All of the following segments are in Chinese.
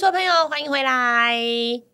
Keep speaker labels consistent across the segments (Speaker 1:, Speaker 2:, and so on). Speaker 1: 的朋友，欢迎回来！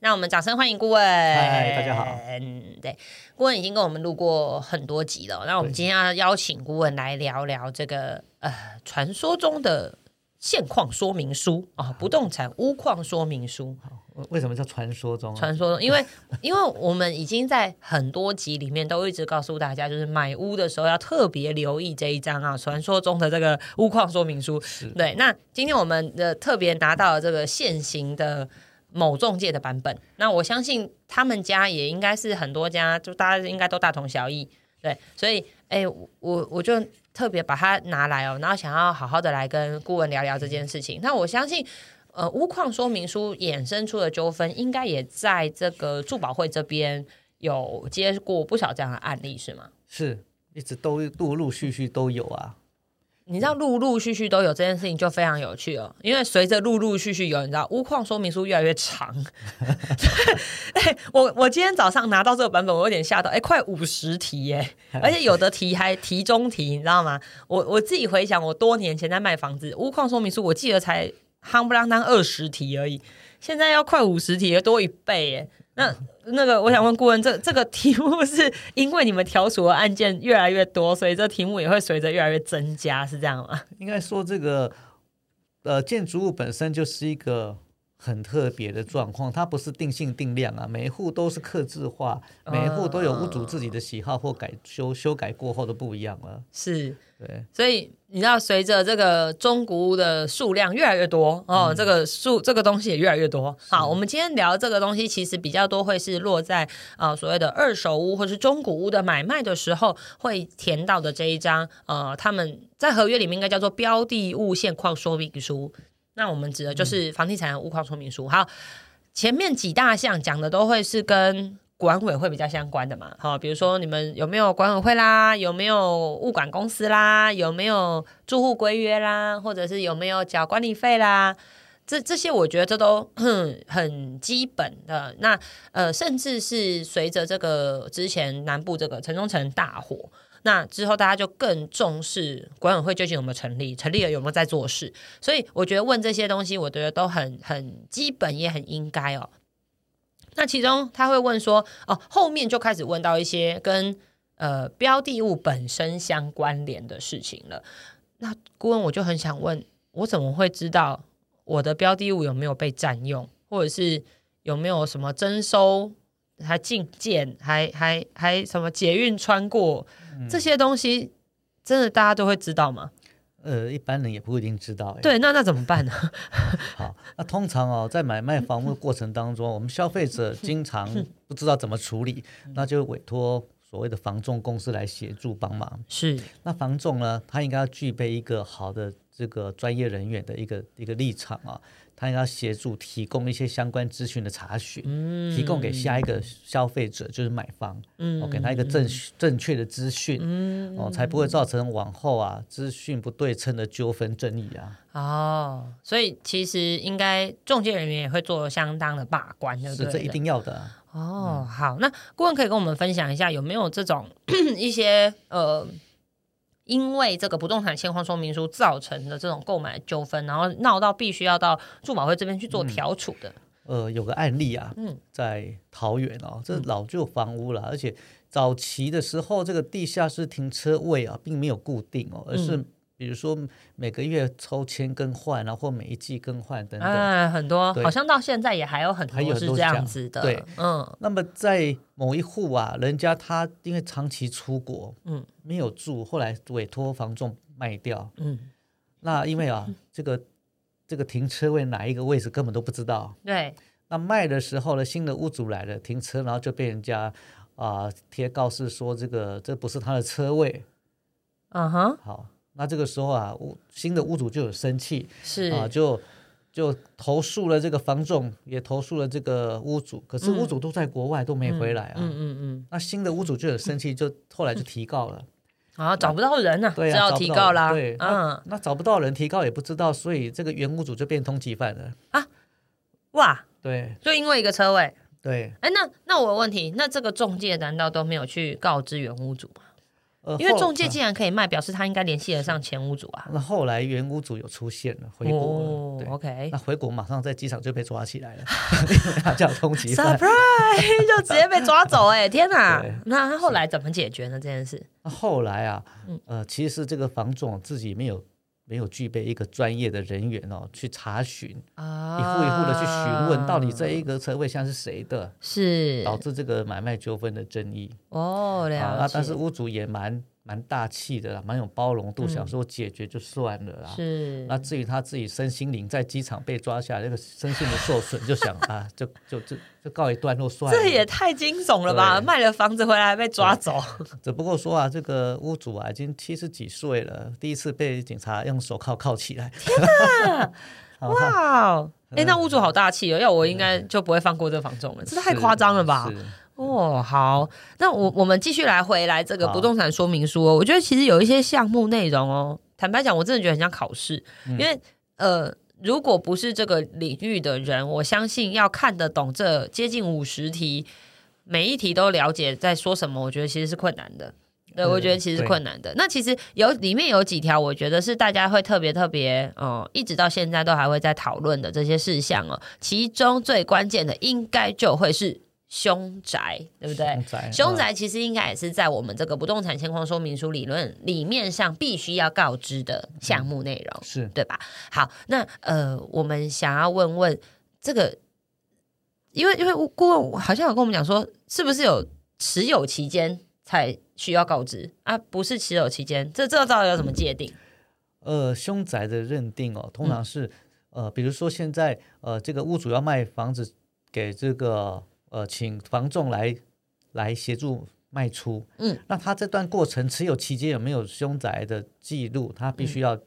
Speaker 1: 让我们掌声欢迎顾问。
Speaker 2: 嗨大家好。
Speaker 1: 嗯，对，顾问已经跟我们录过很多集了。那我们
Speaker 2: 对
Speaker 1: 今天要邀请顾问来聊聊这个呃，传说中的现况说明书啊、不动产屋况说明书。
Speaker 2: 为为什么叫传说中啊？
Speaker 1: 传说中，因为因为我们已经在很多集里面都一直告诉大家，就是买屋的时候要特别留意这一张啊，传说中的这个屋况说明书。对，那今天我们的特别拿到了这个现行的。某中介的版本，那我相信他们家也应该是很多家，就大家应该都大同小异，对，所以，哎、我我我就特别把它拿来哦，然后想要好好的来跟顾问聊聊这件事情。那我相信呃，屋况说明书衍生出的纠纷，应该也在这个住保会这边有接过不少这样的案例，是吗？
Speaker 2: 是一直都陆陆续续都有啊。
Speaker 1: 你知道陆陆续续都有这件事情，就非常有趣哦。因为随着陆陆续续有，你知道屋况说明书越来越长。 哎，我我今天早上拿到这个版本，我有点吓到，哎，快五十题耶！而且有的题还题中题，你知道吗？我我自己回想，我多年前在卖房子，屋况说明书我记得才夯不啷当二十题而已，现在要快五十题，也多一倍耶。那那个，我想问顾问，这这个题目是因为你们调处的案件越来越多，所以这题目也会随着越来越增加，是这样吗？
Speaker 2: 应该说这个呃建筑物本身就是一个很特别的状况，它不是定性定量啊，每一户都是客制化，
Speaker 1: 啊
Speaker 2: 每一户都有屋主自己的喜好或改修修改过后的不一样了。
Speaker 1: 是，
Speaker 2: 对，
Speaker 1: 所以你知道，随着这个中古屋的数量越来越多哦，这个数这个东西也越来越多。好，我们今天聊这个东西，其实比较多会是落在呃所谓的二手屋或是中古屋的买卖的时候会填到的这一张呃，他们在合约里面应该叫做标的物现况说明书。那我们指的就是房地产的物况说明书。好，前面几大项讲的都会是跟管委会比较相关的嘛，好、比如说你们有没有管委会啦，有没有物管公司啦，有没有住户规约啦，或者是有没有缴管理费啦，这这些我觉得这都很基本的。那呃，甚至是随着这个之前南部这个城中城大火，那之后大家就更重视管委会究竟有没有成立，成立了有没有在做事。所以我觉得问这些东西，我觉得都很很基本，也很应该哦。那其中他会问说，哦，后面就开始问到一些跟呃标的物本身相关联的事情了。那顾问我就很想问，我怎么会知道我的标的物有没有被占用，或者是有没有什么征收、还禁建、还还还什么捷运穿过、这些东西，真的大家都会知道吗？
Speaker 2: 呃，一般人也不一定知道、欸。
Speaker 1: 对，那那怎么办呢？
Speaker 2: 好，那通常哦，在买卖房屋的过程当中，我们消费者经常不知道怎么处理，那就委托所谓的房仲公司来协助帮忙。
Speaker 1: 是
Speaker 2: 那房仲呢，他应该要具备一个好的这个专业人员的一个一个立场啊，他应该要协助提供一些相关资讯的查询，
Speaker 1: 嗯
Speaker 2: 提供给下一个消费者就是买方，嗯，哦，给他一个正正确的资讯，嗯，哦，才不会造成往后啊资讯不对称的纠纷争议啊。
Speaker 1: 哦，所以其实应该中介人员也会做相当的把关，对不
Speaker 2: 是
Speaker 1: 对？
Speaker 2: 这一定要的啊、
Speaker 1: 哦，好，那顾问可以跟我们分享一下，有没有这种 一些呃，因为这个不动产现况说明书造成的这种购买纠纷，然后闹到必须要到住保会这边去做调处的？
Speaker 2: 呃，有个案例啊，在桃园哦，这老旧房屋啦，而且早期的时候，这个地下室停车位啊，并没有固定哦，而是比如说每个月抽签更换啊，或每一季更换等等。
Speaker 1: 啊，很多，
Speaker 2: 对
Speaker 1: 好像到现在也还有很
Speaker 2: 还有
Speaker 1: 多
Speaker 2: 很
Speaker 1: 是
Speaker 2: 多
Speaker 1: 这
Speaker 2: 是这
Speaker 1: 样
Speaker 2: 样
Speaker 1: 子的。
Speaker 2: 对，
Speaker 1: 嗯，
Speaker 2: 那么在某一户啊，人家他因为长期出国，
Speaker 1: 嗯，
Speaker 2: 没有住，后来委托房仲卖掉，
Speaker 1: 嗯，
Speaker 2: 那因为啊，这个这个停车位哪一个位置根本都不知道，
Speaker 1: 对，
Speaker 2: 那卖的时候呢，新的屋主来了，停车，然后就被人家啊、贴告示说这个这不是他的车位。
Speaker 1: 嗯哼，
Speaker 2: 好，那这个时候啊，屋新的屋主就有生气
Speaker 1: 是
Speaker 2: 啊、就就投诉了这个房仲，也投诉了这个屋主。可是屋主都在国外，都没回来啊。
Speaker 1: 嗯嗯嗯，
Speaker 2: 那新的屋主就很生气，就后来就提告了。
Speaker 1: 好，找不到人呢、
Speaker 2: 对啊，
Speaker 1: 只好
Speaker 2: 找不
Speaker 1: 提
Speaker 2: 到
Speaker 1: 告
Speaker 2: 人
Speaker 1: 啦。
Speaker 2: 对，
Speaker 1: 嗯
Speaker 2: 那，那找不到人，提告也不知道，所以这个原屋主就变通缉犯了。
Speaker 1: 哇，
Speaker 2: 对
Speaker 1: 就因为一个车位，
Speaker 2: 对，
Speaker 1: 哎，那那我有问题，那这个中介难道都没有去告知原屋主吗？
Speaker 2: 呃
Speaker 1: 因为
Speaker 2: 后
Speaker 1: 中介既然可以卖，表示他应该联系得上前屋主啊。
Speaker 2: 那后来原屋主有出现了，回国了，
Speaker 1: 哦
Speaker 2: 对。
Speaker 1: ，OK
Speaker 2: 那。回国马上在机场就被抓起来 了， 因为他叫通缉犯。
Speaker 1: surprise 就直接被抓走哎、 天哪
Speaker 2: 对！
Speaker 1: 那他后来怎么解决呢？这件事
Speaker 2: 那后来啊，
Speaker 1: 嗯
Speaker 2: 呃，其实是这个房总自己没有没有具备一个专业的人员哦，去查询，一
Speaker 1: 啊
Speaker 2: 户一户的去询问，到底这一个车位像是谁的，
Speaker 1: 是
Speaker 2: 导致这个买卖纠纷的争议。
Speaker 1: 哦，
Speaker 2: 啊，
Speaker 1: 了
Speaker 2: 那
Speaker 1: 解，
Speaker 2: 但是屋主也蛮蛮大气的啦，蛮有包容度，想说解决就算了啦。
Speaker 1: 嗯是
Speaker 2: 那至于他自己身心灵在机场被抓下来，那个身心灵受损，就想 啊，就就就就告一段落算了。
Speaker 1: 这也太惊悚了吧！
Speaker 2: 对
Speaker 1: 卖了房子回来还被抓走，
Speaker 2: 只不过说啊，这个屋主啊已经七十几岁了，第一次被警察用手铐铐起来。
Speaker 1: 哇 哦！
Speaker 2: 嗯
Speaker 1: 哎、那屋主好大气哦，要我应该就不会放过这房仲了， 这太夸张了吧？
Speaker 2: 是
Speaker 1: 哦，好，那我我们继续来回来这个
Speaker 2: 好
Speaker 1: 不动产说明书哦。我觉得其实有一些项目内容哦，坦白讲，我真的觉得很像考试，
Speaker 2: 嗯
Speaker 1: 因为呃，如果不是这个领域的人，我相信要看得懂这接近五十题，每一题都了解在说什么，我觉得其实是困难的。对，
Speaker 2: 嗯
Speaker 1: 我觉得其实是
Speaker 2: 对
Speaker 1: 困难的。那其实有里面有几条，我觉得是大家会特别特别，嗯、一直到现在都还会在讨论的这些事项哦。其中最关键的，应该就会是凶宅，对不对？
Speaker 2: 凶宅，
Speaker 1: 凶
Speaker 2: 啊
Speaker 1: 宅其实应该也是在我们这个不动产现况说明书理论里面上必须要告知的项目内容。
Speaker 2: 是
Speaker 1: 对吧？好，那呃，我们想要问问这个，因为因为顾问好像有跟我们讲说，是不是有持有期间才需要告知啊？不是持有期间，这这到底要怎么界定？
Speaker 2: 呃，凶宅的认定哦，通
Speaker 1: 嗯
Speaker 2: 常是、呃，比如说现在呃，这个屋主要卖房子给这个呃，请房仲来来协助卖出，
Speaker 1: 嗯，
Speaker 2: 那他这段过程持有期间有没有凶宅的记录，他必须要、呃
Speaker 1: 嗯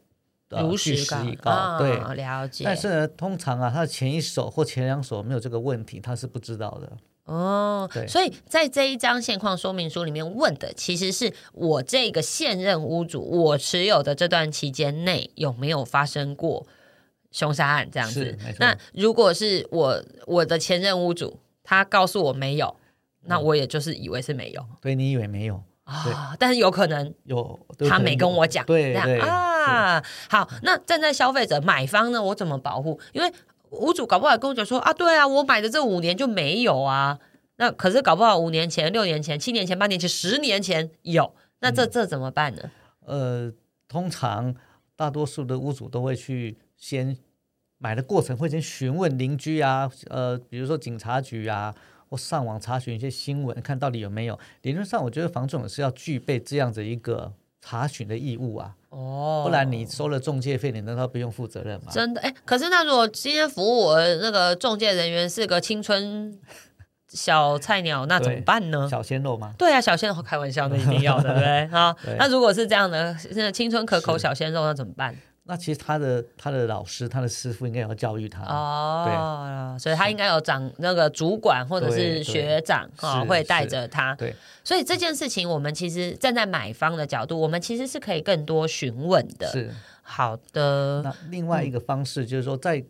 Speaker 1: 如
Speaker 2: 据
Speaker 1: 实
Speaker 2: 实以告，
Speaker 1: 啊，
Speaker 2: 对。
Speaker 1: 了解。
Speaker 2: 但是呢，通常啊，他的前一手或前两手没有这个问题，他是不知道的。
Speaker 1: 哦，
Speaker 2: 对
Speaker 1: 所以在这一张现况说明书里面问的，其实是我这个现任屋主，我持有的这段期间内有没有发生过凶杀案这样子
Speaker 2: 是没错？
Speaker 1: 那如果是我我的前任屋主，他告诉我没有，那
Speaker 2: 嗯
Speaker 1: 我也就是以为是没有
Speaker 2: 对你以为没有，
Speaker 1: 啊、但是有可能
Speaker 2: 有
Speaker 1: 他没跟我讲，
Speaker 2: 对
Speaker 1: 这样
Speaker 2: 对是
Speaker 1: 啊。好，那站在消费者买方呢，我怎么保护？因为屋主搞不好跟我讲说啊，对啊，我买的这五年就没有啊。那可是搞不好五年前、六年前、七年前、八年前、十年前有，那
Speaker 2: 嗯
Speaker 1: 这这怎么办呢？
Speaker 2: 呃，通常大多数的屋主都会去先买的过程会先询问邻居啊，呃，比如说警察局啊，或上网查询一些新闻，看到底有没有。理论上，我觉得房仲是要具备这样子一个查询的义务啊，
Speaker 1: 哦
Speaker 2: 不然你收了中介费，你难道不用负责任吗？
Speaker 1: 真的哎，可是那如果今天服务我的那个中介人员是个青春小菜鸟，那怎么
Speaker 2: 对
Speaker 1: 办呢？
Speaker 2: 小鲜肉吗？
Speaker 1: 对啊，小鲜肉开玩笑，那一定要的，对不 对？啊
Speaker 2: 对，
Speaker 1: 那如果是这样的，那青春可口
Speaker 2: 是
Speaker 1: 小鲜肉，那怎么办？
Speaker 2: 那其实他的他的老师、他的师傅应该要教育他。
Speaker 1: 哦，所以他应该有长那个主管或者是
Speaker 2: 对对
Speaker 1: 学长啊、
Speaker 2: 是
Speaker 1: 会带着他。
Speaker 2: 对，
Speaker 1: 所以这件事情，我们其实站在买方的角度，我们其实是可以更多询问的。
Speaker 2: 是。
Speaker 1: 好的，
Speaker 2: 那另外一个方式就是说，在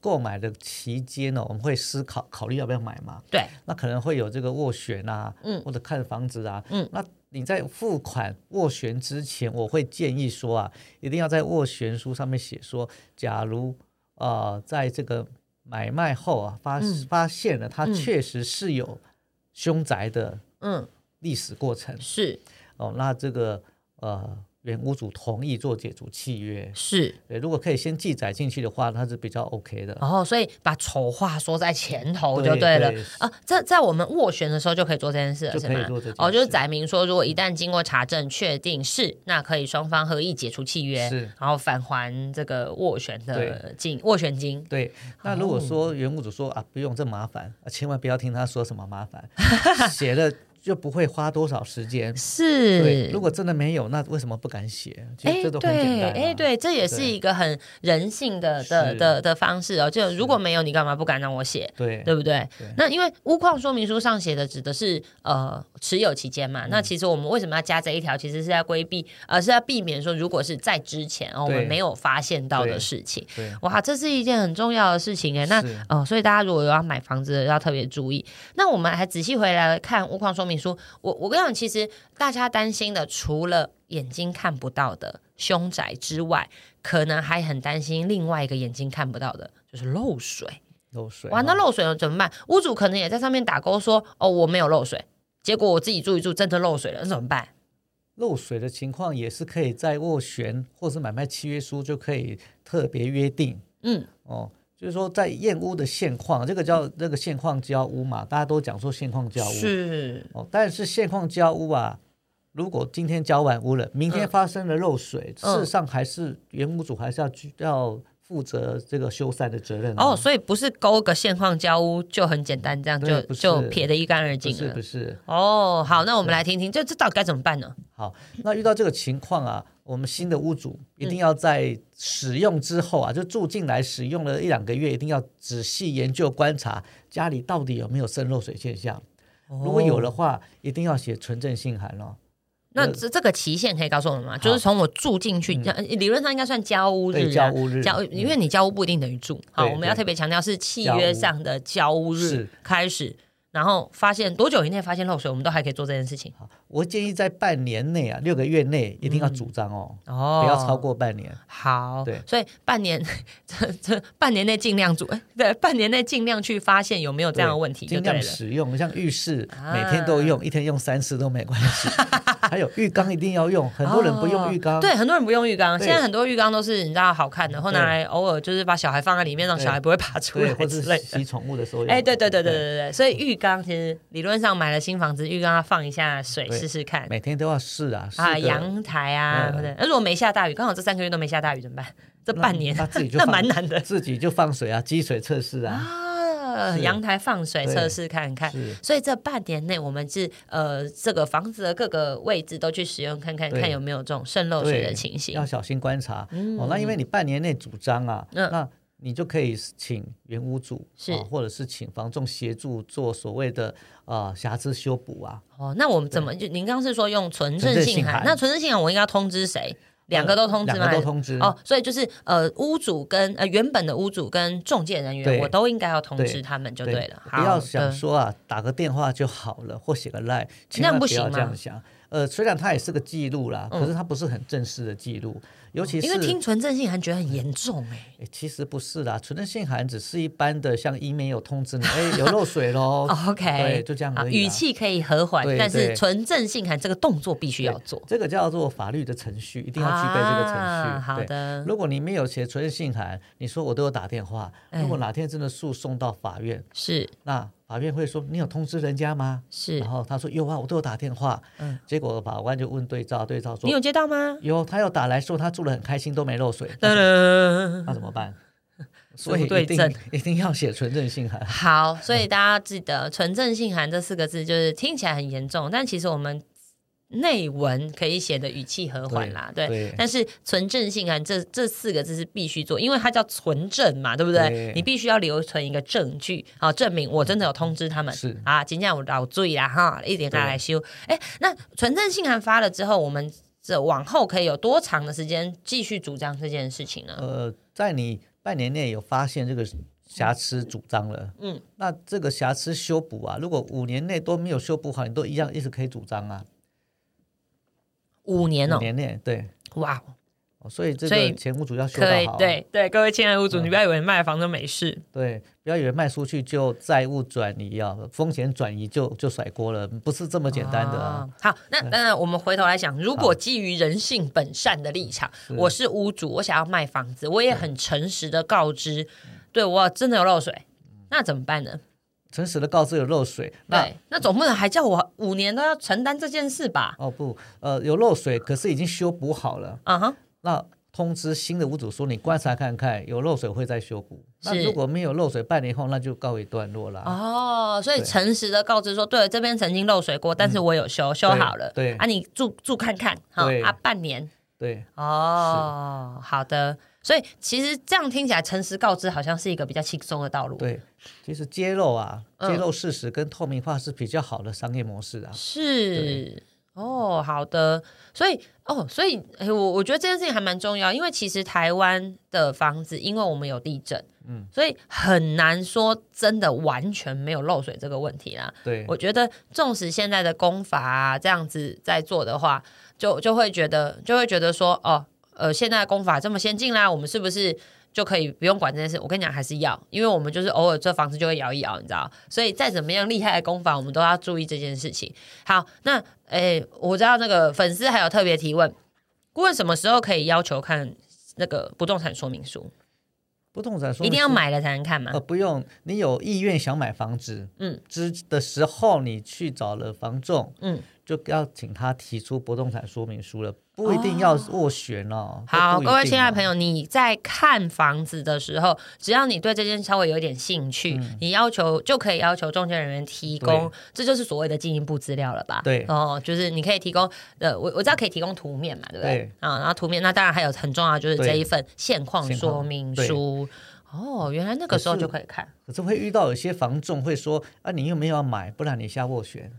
Speaker 2: 购买的期间呢，我们会思考考虑要不要买嘛。
Speaker 1: 对，
Speaker 2: 那可能会有这个斡旋啊，
Speaker 1: 嗯
Speaker 2: 或者看房子啊，
Speaker 1: 嗯
Speaker 2: 那你在付款斡旋之前，我会建议说啊，一定要在斡旋书上面写说，假如呃，在这个买卖后啊，发、
Speaker 1: 嗯
Speaker 2: 发现了它
Speaker 1: 嗯
Speaker 2: 确实是有凶宅的
Speaker 1: 嗯，
Speaker 2: 历史过程、
Speaker 1: 是
Speaker 2: 哦，那这个呃，原屋主同意做解除契约，
Speaker 1: 是，
Speaker 2: 对，如果可以先记载进去的话，它是比较 OK 的。
Speaker 1: 然后所以把丑话说在前头就
Speaker 2: 对
Speaker 1: 对了
Speaker 2: 对
Speaker 1: 啊。这在我们斡旋的时候就可以做这件事了，
Speaker 2: 就是可以
Speaker 1: 吗？
Speaker 2: 做这件
Speaker 1: 哦，就是
Speaker 2: 事嗯
Speaker 1: 载明说，如果一旦经过查证确定是，那可以双方合意解除契约，
Speaker 2: 是
Speaker 1: 然后返还这个斡旋的
Speaker 2: 对
Speaker 1: 金斡旋金。
Speaker 2: 对，那
Speaker 1: 哦
Speaker 2: 如果说原屋主说啊，不用这麻烦，啊千万不要听他说什么麻烦， 写了就不会花多少时间。对，
Speaker 1: 是
Speaker 2: 如。果真的没有，那为什么不敢写？其实
Speaker 1: 哎，
Speaker 2: 这都很简
Speaker 1: 对，
Speaker 2: 单、啊。
Speaker 1: 哎，对，这也是
Speaker 2: 对
Speaker 1: 一个很人性的的
Speaker 2: 是
Speaker 1: 的的方式哦。就如果没有，你干嘛不敢让我写？
Speaker 2: 对
Speaker 1: 对不对
Speaker 2: 对？
Speaker 1: 那因为屋况说明书上写的指的是呃持有期间
Speaker 2: 嗯
Speaker 1: 嘛，那其实我们为什么要加这一条？其实是在规避，呃，是要避免说如果是在之前哦，我们
Speaker 2: 对
Speaker 1: 没有发现到的
Speaker 2: 对
Speaker 1: 事情。
Speaker 2: 对
Speaker 1: 哇，这是一件很重要的事情哎。那
Speaker 2: 是
Speaker 1: 哦，所以大家如果有要买房子的，要特别注意。那我们还仔细回来看屋况说明你说，我我跟你讲，其实大家担心的，除了眼睛看不到的凶宅之外，可能还很担心另外一个眼睛看不到的，就是漏水。
Speaker 2: 漏水
Speaker 1: 哇，那
Speaker 2: 哈
Speaker 1: 漏水了怎么办？屋主可能也在上面打勾说，哦，我没有漏水，结果我自己住一住，真的漏水了，那怎么办？
Speaker 2: 漏水的情况也是可以在斡旋或是买卖契约书就可以特别约定
Speaker 1: 嗯，
Speaker 2: 哦。就是说，在验屋的现况，这个叫那个现况交屋嘛，大家都讲说现况交屋
Speaker 1: 是，
Speaker 2: 哦。但是现况交屋啊，如果今天交完屋了，明天
Speaker 1: 嗯
Speaker 2: 发生了漏水，
Speaker 1: 嗯
Speaker 2: 事实上还是原屋主还是要去要负责这个修缮的责任啊
Speaker 1: 哦，所以不是勾个现况交屋就很简单，这样就
Speaker 2: 对不是
Speaker 1: 就撇得一干二
Speaker 2: 不
Speaker 1: 净
Speaker 2: 是
Speaker 1: 了
Speaker 2: 不。是。
Speaker 1: 哦，好，那我们来听听，这这到底该怎么办呢？
Speaker 2: 好，那遇到这个情况啊，我们新的屋主一定要在使用之后啊，就住进来使用了一两个月，一定要仔细研究观察家里到底有没有渗漏水现象。如果有的话，一定要写存证信函哦。
Speaker 1: 哦那这这个期限可以告诉我们吗？就是从我住进去，呃理论上应该算交屋日、啊，
Speaker 2: 嗯对交屋日嗯
Speaker 1: 交因为你交屋不一定等于住。好，
Speaker 2: 对
Speaker 1: 我们要
Speaker 2: 对
Speaker 1: 特别强调是契约上的交屋日
Speaker 2: 是
Speaker 1: 开始，然后发现多久以内发现漏水，我们都还可以做这件事情。
Speaker 2: 好，我建议在半年内啊，六个月内一定要主张哦，
Speaker 1: 哦，
Speaker 2: 不要超。过半年。
Speaker 1: 好，
Speaker 2: 对
Speaker 1: 所以半年， 这这半年内尽量住，哎对，半年内尽量去发现有没有这样的问题就
Speaker 2: 尽
Speaker 1: 对
Speaker 2: 量
Speaker 1: 了。
Speaker 2: 使用，像浴室
Speaker 1: 啊
Speaker 2: 每天都用，一天用三次都没关 系。还有浴缸一定要用，很多人不用浴缸。
Speaker 1: 哦对，很多人不用浴缸。
Speaker 2: 对
Speaker 1: 现在很多浴缸都是你知道好看的，或拿
Speaker 2: 对
Speaker 1: 来偶尔就是把小孩放在里面，让
Speaker 2: 对
Speaker 1: 小孩不会爬出
Speaker 2: 对，
Speaker 1: 来
Speaker 2: 或
Speaker 1: 之
Speaker 2: 是
Speaker 1: 类的。
Speaker 2: 洗宠物的时候用。
Speaker 1: 哎，对对对对对对，所以浴缸其实理论上买了新房子，浴缸要放一下水
Speaker 2: 对
Speaker 1: 试试看
Speaker 2: 每天都要试啊，试
Speaker 1: 啊，
Speaker 2: 个
Speaker 1: 阳台啊，
Speaker 2: 嗯
Speaker 1: 或者那如果没下大雨，刚好这三个月都没下大雨怎么办？这
Speaker 2: 那
Speaker 1: 半年
Speaker 2: 那自己 就
Speaker 1: 那
Speaker 2: 放
Speaker 1: 蛮难的
Speaker 2: 自己就放水啊，积水测试啊，
Speaker 1: 啊，
Speaker 2: 是
Speaker 1: 阳台放水
Speaker 2: 对
Speaker 1: 测试看看。
Speaker 2: 是
Speaker 1: 所以这半年内，我们是呃这个房子的各个位置都去使用看看，
Speaker 2: 对
Speaker 1: 看有没有这种渗漏水的情形
Speaker 2: 要。小心观察、哦。那因为你半年内主张啊，
Speaker 1: 嗯
Speaker 2: 那你就可以请原屋主
Speaker 1: 是
Speaker 2: 啊或者是请房仲协助做所谓的呃瑕疵修补啊。
Speaker 1: 哦，那我们怎么就您刚刚是说用存证
Speaker 2: 存证
Speaker 1: 信
Speaker 2: 信
Speaker 1: 函？
Speaker 2: 函呃
Speaker 1: 那存证信函我应该要通知谁？两个都通知
Speaker 2: 两
Speaker 1: 吗？
Speaker 2: 个都通知
Speaker 1: 哦，所以就是呃，屋主跟呃原本的屋主跟中介人员，
Speaker 2: 对
Speaker 1: 我都应该要通知
Speaker 2: 对
Speaker 1: 他们就对了。好
Speaker 2: 不要
Speaker 1: 的
Speaker 2: 想说啊，打个电话就好了，或写个 line，千
Speaker 1: 那样
Speaker 2: 万
Speaker 1: 不
Speaker 2: 不要
Speaker 1: 行吗
Speaker 2: 这样想。呃，虽然它也是个记录啦，
Speaker 1: 嗯哦
Speaker 2: 可是它不是很正式的记录，尤其是
Speaker 1: 因为听存证信函觉得很严重哎、。
Speaker 2: 诶其实不是啦，存证信函只是一般的，像 email 有通知你，哎，有漏水喽
Speaker 1: OK，
Speaker 2: 哦对，就这样
Speaker 1: 啊
Speaker 2: 而已
Speaker 1: 语
Speaker 2: 啦。
Speaker 1: 气可以和缓，
Speaker 2: 对
Speaker 1: 但是
Speaker 2: 对
Speaker 1: 纯正信函这个动作必须要做，
Speaker 2: 这个叫做法律的程序，一定要具备这个程序。
Speaker 1: 啊、好
Speaker 2: 对。
Speaker 1: 的，
Speaker 2: 如果你没有写存证信函，你说我都有打电话，
Speaker 1: 哎
Speaker 2: 如果哪天真的诉讼到法院，
Speaker 1: 是
Speaker 2: 那法院会说你有通知人家吗？
Speaker 1: 是
Speaker 2: 然，后他说有啊，我都有打电话。
Speaker 1: 嗯
Speaker 2: 结果法官就问对照，对照说
Speaker 1: 你有接到吗？
Speaker 2: 有，他有打来说他住得很开心，都没 漏水。
Speaker 1: 噔
Speaker 2: 那
Speaker 1: 噔
Speaker 2: 怎 么办？所以
Speaker 1: 对
Speaker 2: 一
Speaker 1: 症
Speaker 2: 定 一定要写存证信函。
Speaker 1: 好，所以大家记得“纯正信函”这四个字，就是听起来很严重，但其实我们内文可以写的语气和缓啦，对。
Speaker 2: 对
Speaker 1: 但是“纯正信函”这这四个字是必须做，因为它叫存证嘛，对不对？
Speaker 2: 对
Speaker 1: 你必须要留存一个证据，好证明我真的有通知他们。
Speaker 2: 是
Speaker 1: 啊，今天我老注意啦哈，一点拿来修。哎，那纯正信函发了之后，我们这往后可以有多长的时间继续主张这件事情呢？
Speaker 2: 呃，在你半年内有发现这个瑕疵主张了，
Speaker 1: 嗯，
Speaker 2: 那这个瑕疵修补啊，如果五年内都没有修补好，你都一样一直可以主张啊。
Speaker 1: 五年哦
Speaker 2: 五，年内对，
Speaker 1: 哇，
Speaker 2: 哦所以这
Speaker 1: 所以
Speaker 2: 个前屋主要修到
Speaker 1: 可以
Speaker 2: 好啊，
Speaker 1: 对对，各位亲爱的屋主，你不要以为卖房就没事，
Speaker 2: 对，不要以为卖出去就债务转移啊，风险转移就就甩锅了，不是这么简单的啊。
Speaker 1: 啊。好，那当然，我们回头来想，如果基于人性本善的立场，我是屋主，我想要卖房子，我也很诚实的告知，对我真的有漏水，那怎么办呢？
Speaker 2: 诚实的告知有漏水，嗯那
Speaker 1: 对，那总不能还叫我五年都要承担这件事吧？
Speaker 2: 哦不，呃，有漏水，可是已经修补好了。
Speaker 1: 啊哈，
Speaker 2: 那通知新的屋主说，你观察看看，有漏水会再修补。那
Speaker 1: 是
Speaker 2: 如果没有漏水，半年后那就告一段落啦。
Speaker 1: 哦，所以
Speaker 2: 啊对嗯
Speaker 1: 诚实的告知说，对，这边曾经漏水过，但是我有修，修好了，
Speaker 2: 对
Speaker 1: 啊，你住住看看，哈
Speaker 2: 对，
Speaker 1: 啊，半年，
Speaker 2: 对，
Speaker 1: 哦，好的。所以其实这样听起来，诚实告知好像是一个比较轻松的道路。
Speaker 2: 对，其实揭露啊，
Speaker 1: 嗯
Speaker 2: 揭露事实跟透明化是比较好的商业模式啊。对
Speaker 1: 是哦，好的，所以哦，所以哎，我我觉得这件事情还蛮重要，因为其实台湾的房子，因为我们有地震，嗯，所以很难说真的完全没有漏水这个问题啦。
Speaker 2: 对，
Speaker 1: 我觉得，纵使现在的工法、啊、这样子在做的话，就就会觉得就会觉得说，哦，呃，现在的工法这么先进啦，我们是不是就可以不用管这件事？我跟你讲，还是要，因为我们就是偶尔这房子就会摇一摇，你知道，所以再怎么样厉害的工法，我们都要注意这件事情。好，那诶，我知道那个粉丝还有特别提问，顾问什么时候可以要求看那个不动产说明书？
Speaker 2: 不动产说
Speaker 1: 一定要
Speaker 2: 明书
Speaker 1: 买了啊才能看吗
Speaker 2: 呃，？不用，你有意愿想买房子，
Speaker 1: 嗯，
Speaker 2: 之的时候你去找了房仲，
Speaker 1: 嗯，
Speaker 2: 就要请他提出不动产说明书了，不一定要斡旋哦。这
Speaker 1: 好，
Speaker 2: 不一
Speaker 1: 各位
Speaker 2: 定
Speaker 1: 亲爱
Speaker 2: 哦
Speaker 1: 的朋，友，你在看房子的时候，只要你对这件稍微有一点兴趣，你要求就可以要求中介人员提供
Speaker 2: 嗯对，
Speaker 1: 这就是所谓的进一步资料了吧？
Speaker 2: 对
Speaker 1: 哦，就是你可以提供，呃，我我知道可以提供图面嘛，对不对
Speaker 2: 对？
Speaker 1: 啊，然后图面，那当然还有很重要就是这一份现况
Speaker 2: 现况
Speaker 1: 说明书。哦，原来那个
Speaker 2: 可是
Speaker 1: 时候就可以看，
Speaker 2: 可是会遇到有些房仲会说啊，你又没有要买，不然你下斡旋。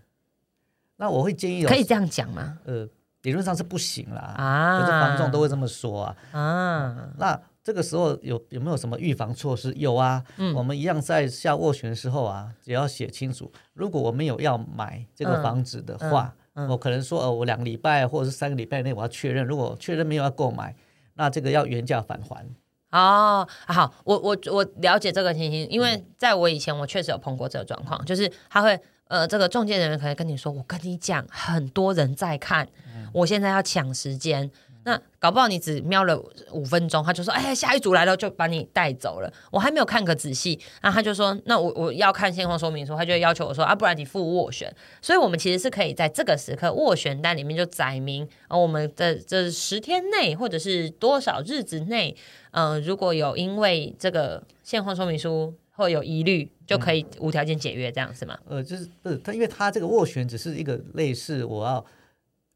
Speaker 2: 那我会建议有
Speaker 1: 可以这样讲吗？
Speaker 2: 呃，理论上是不行啦，
Speaker 1: 啊
Speaker 2: 可是房仲都会这么说啊。
Speaker 1: 啊，
Speaker 2: 那这个时候有有没有什么预防措施？有啊，
Speaker 1: 嗯
Speaker 2: 我们一样在下斡旋的时候啊，也要写清楚，如果我们有要买这个房子的话，
Speaker 1: 嗯
Speaker 2: 我可能说呃，我两个礼拜或者是三个礼拜内我要确认，如果确认没有要购买，那这个要原价返还。
Speaker 1: 哦，好，我我我了解这个情形，因为在我以前我确实有碰过这个状况，就是他会呃，这个中介人员可能跟你说，我跟你讲，很多人在看，我现在要抢时间。那搞不好你只瞄了五分钟，他就说：“哎，下一组来了，就把你带走了。”我还没有看个仔细，那他就说：“那我我要看现况说明书。”他就会要求我说：“啊，不然你付斡旋。”所以，我们其实是可以在这个时刻斡旋单里面就载明，呃而我们的这十天内或者是多少日子内，嗯，如果有因为这个现况说明书或有疑虑，就可以无条件解约，这样是吗？
Speaker 2: 呃，就是不是他，因为他这个斡旋只是一个类似我要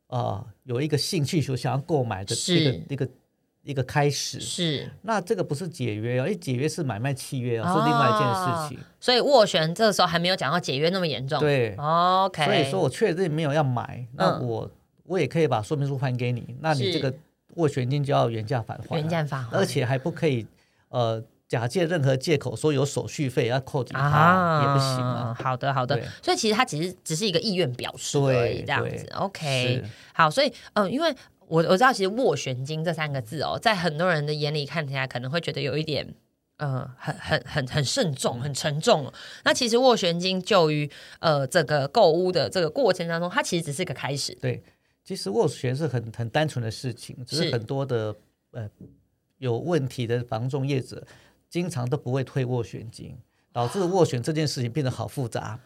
Speaker 2: 呃有一个兴趣就想要购买的一个
Speaker 1: 是
Speaker 2: 一个一个开始。
Speaker 1: 是，
Speaker 2: 那这个不是解约哦，因为解约是买卖契约哦，是另外一件事情。
Speaker 1: 所以斡旋这个时候还没有讲到解约那么严重。
Speaker 2: 对，
Speaker 1: ，OK。嗯
Speaker 2: 所以说我确认没有要买，那我、我也可以把说明书还给你，那你
Speaker 1: 是
Speaker 2: 这个斡旋金就要原价返还啊、
Speaker 1: 原价返还
Speaker 2: 而且还不可以呃假借任何借口说有手续费要扣抵它、
Speaker 1: 啊，
Speaker 2: 也不行啊。
Speaker 1: 好的，好的
Speaker 2: 对。
Speaker 1: 所以其实它只是只是一个意愿表示
Speaker 2: 对
Speaker 1: 而已，这样
Speaker 2: 对
Speaker 1: 子。OK，
Speaker 2: 是
Speaker 1: 好，所以嗯、呃因为我我知道，其实“斡旋金”这三个字哦，在很多人的眼里看起来可能会觉得有一点。呃，很很很很慎重，很沉重哦。那其实斡旋金就于呃整个购物的这个过程当中，它其实只是个开始。
Speaker 2: 对，其实斡旋是很很单纯的事情，只
Speaker 1: 是
Speaker 2: 是很多的呃有问题的房仲业者经常都不会退斡旋金，导致斡旋这件事情变得好复杂。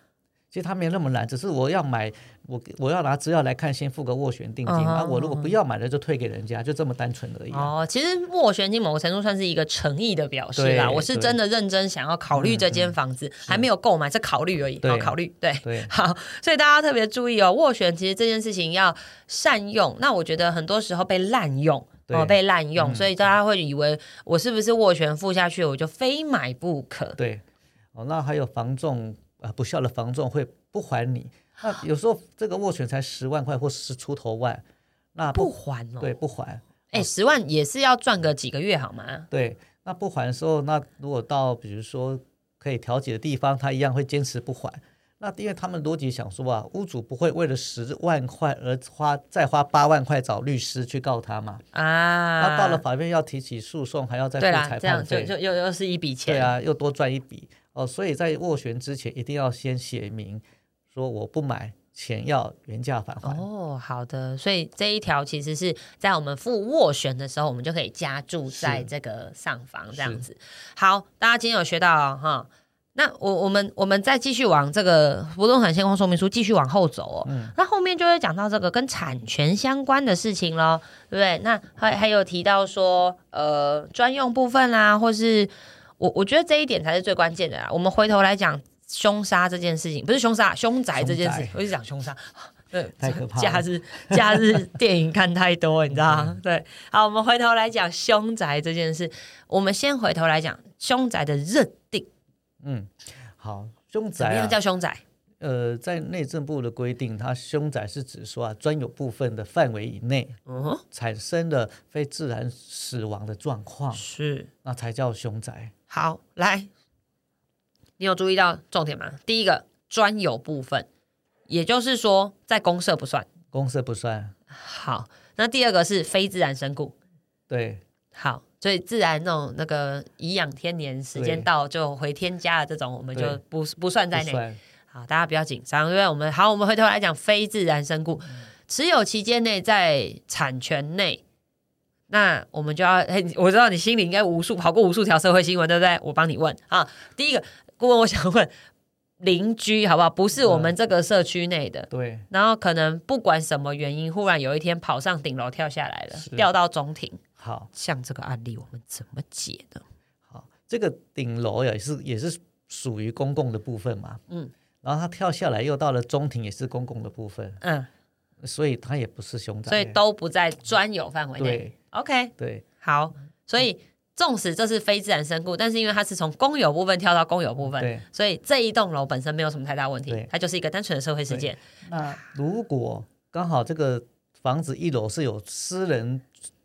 Speaker 2: 其实它没有那么难，只是我要买，我我要拿资料来看，先付个斡旋定金
Speaker 1: 嗯哼
Speaker 2: 啊。我如果不要买了，就退给人家，就这么单纯而已啊、
Speaker 1: 哦，其实斡旋金某个程度算是一个诚意的表示啦。
Speaker 2: 对
Speaker 1: 我是
Speaker 2: 对嗯
Speaker 1: 真的认真想要考虑这间房子，还没有购买，是考虑而已。
Speaker 2: 对
Speaker 1: 好，考虑对。
Speaker 2: 对
Speaker 1: 好，所以大家特别注意哦，斡旋其实这件事情要善用。那我觉得很多时候被滥用。
Speaker 2: 对嗯
Speaker 1: 哦，被滥用，所以大家会以为我是不是斡旋付下去，我就非买不可？
Speaker 2: 对，哦，那还有房仲啊、呃不孝的房仲会不还你。
Speaker 1: 啊
Speaker 2: 那有时候这个斡旋才十万块或十出头万，那
Speaker 1: 不
Speaker 2: 不
Speaker 1: 还哦，
Speaker 2: 对不还，
Speaker 1: 哎，十万也是要赚个几个月好吗？
Speaker 2: 对，那不还的时候，那如果到比如说可以调解的地方，他一样会坚持不还。那因为他们逻辑想说啊，屋主不会为了十万块而花再花八万块找律师去告他嘛？
Speaker 1: 啊，
Speaker 2: 那到了法院要提起诉讼，还要再付
Speaker 1: 对啦，
Speaker 2: 裁
Speaker 1: 这样
Speaker 2: 判
Speaker 1: 就
Speaker 2: 费，
Speaker 1: 就又又是一笔
Speaker 2: 对
Speaker 1: 钱，
Speaker 2: 啊，又多赚一笔哦。所以在斡旋之前，一定要先写明说我不买，钱要原价返还。
Speaker 1: 哦，好的，所以这一条其实是在我们付斡旋的时候，我们就可以加注在
Speaker 2: 是
Speaker 1: 这个上方这样
Speaker 2: 是
Speaker 1: 子。好，大家今天有学到哦哈。那我我们我们再继续往这个不动产现况说明书继续往后走哦，
Speaker 2: 嗯
Speaker 1: 那后面就会讲到这个跟产权相关的事情咯，对不对？那还还有提到说，呃，专用部分啦、或是我我觉得这一点才是最关键的啦。啊我们回头来讲凶杀这件事情，不是凶杀，凶宅这件事
Speaker 2: 凶
Speaker 1: 情
Speaker 2: 宅，
Speaker 1: 我就讲凶杀，对，
Speaker 2: 太可怕了
Speaker 1: 呃
Speaker 2: 嗯
Speaker 1: 假日 假日电影看太多，你知道吗？对，好，我们回头来讲凶宅这件事。我们先回头来讲凶宅的认定，
Speaker 2: 嗯，好，凶
Speaker 1: 怎
Speaker 2: 宅
Speaker 1: 么样
Speaker 2: 啊，
Speaker 1: 叫凶宅？
Speaker 2: 呃，在内政部的规定，它凶宅是指说啊，专有部分的范围以内
Speaker 1: 嗯哼，
Speaker 2: 产生了非自然死亡的状况，
Speaker 1: 是
Speaker 2: 那才叫凶宅。
Speaker 1: 好来，你有注意到重点吗？第一个专有部分，也就是说在公社不算。
Speaker 2: 公社不算，
Speaker 1: 好，那第二个是非自然身故。
Speaker 2: 对
Speaker 1: 好，所以自然那种那个颐养天年，时间
Speaker 2: 对
Speaker 1: 到就回天家的这种，我们就
Speaker 2: 对
Speaker 1: 不不算
Speaker 2: 不
Speaker 1: 在内。
Speaker 2: 算。
Speaker 1: 好，大家不要紧张，因为我们好，我们回头来讲非自然身故，持有期间内在产权内，那我们就要，嘿我知道你心里应该无数跑过无数条社会新闻，对不对？我帮你问啊，第一个顾问，我想问邻居好不好？不是我们这个社区内的。
Speaker 2: 对
Speaker 1: 然后可能不管什么原因，忽然有一天跑上顶楼跳下来了，
Speaker 2: 是
Speaker 1: 掉到中庭。
Speaker 2: 好
Speaker 1: 像这个案例，我们怎么解呢？
Speaker 2: 好，这个顶楼也是也是属于公共的部分嘛，
Speaker 1: 嗯，
Speaker 2: 然后它跳下来又到了中庭，也是公共的部分，
Speaker 1: 嗯，
Speaker 2: 所以它也不是凶宅，
Speaker 1: 所以都不在专有范围内。
Speaker 2: 对
Speaker 1: OK，
Speaker 2: 对
Speaker 1: 好，所以纵使这是非自然身故，但是因为它是从公有部分跳到公有部分，
Speaker 2: 对。
Speaker 1: 所以这一栋楼本身没有什么太大问题
Speaker 2: 对，
Speaker 1: 它就是一个单纯的社会事件。
Speaker 2: 那如果刚好这个房子一楼是有私人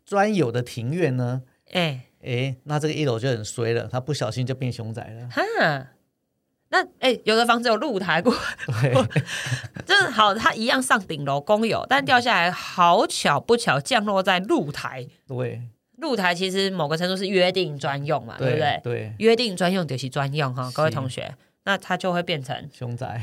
Speaker 2: 专有的庭院呢？
Speaker 1: 哎，
Speaker 2: 诶，那这个一楼就很衰了，它不小心就变凶宅 了。
Speaker 1: 哈。那哎、有的房子有露台过，
Speaker 2: 对
Speaker 1: 就是好，它一样上顶楼公有，但掉下来好巧不巧降落在露台。
Speaker 2: 对
Speaker 1: 露台其实某个程度是约定专用啊嘛，对不对？
Speaker 2: 对，
Speaker 1: 约定专用就是专用哈，
Speaker 2: 是
Speaker 1: 各位同学，那它就会变成
Speaker 2: 凶宅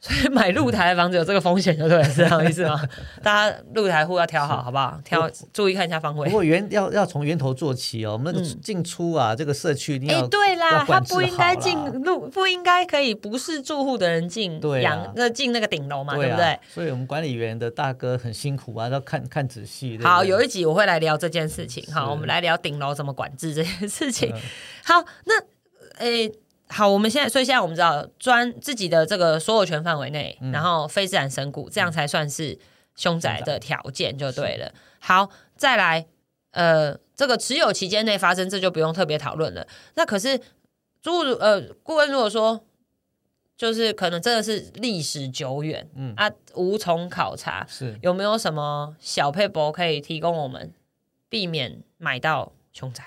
Speaker 1: 所以买露台的房子有这个风险，就对了，是这样意 思吗？大家露台户要挑好，好不好？挑注意看一下方
Speaker 2: 不
Speaker 1: 位。
Speaker 2: 过源要要从源头做起哦，我们那个进出啊，这个社区一定
Speaker 1: 哎、
Speaker 2: 要、
Speaker 1: 嗯对啦，
Speaker 2: 要
Speaker 1: 他
Speaker 2: 管制
Speaker 1: 不应该
Speaker 2: 好啦
Speaker 1: 进入，不应该可以不是住户的人进
Speaker 2: 对啊
Speaker 1: 阳那进那个顶楼嘛，对
Speaker 2: 对
Speaker 1: 不
Speaker 2: 啊
Speaker 1: 对？
Speaker 2: 所以我们管理员的大哥很辛苦啊，要看看仔细。
Speaker 1: 好，有
Speaker 2: 一
Speaker 1: 一集我会来聊这件事情哈，
Speaker 2: 是嗯
Speaker 1: 我们来聊顶楼怎么管制这件事情。 好，那诶、好，我们现在所以现在我们知道专自己的这个所有权范围内，
Speaker 2: 嗯
Speaker 1: 然后非自然身故，这样才算是凶宅的条件就对了。好，再来，呃，这个持有期间内发生，这就不用特别讨论了。那可是，如果呃，顾问如果说。就是可能真的是历史久远，嗯
Speaker 2: 嗯
Speaker 1: 啊，无从考察，
Speaker 2: 是
Speaker 1: 有没有什么小配博可以提供我们避免买到凶宅？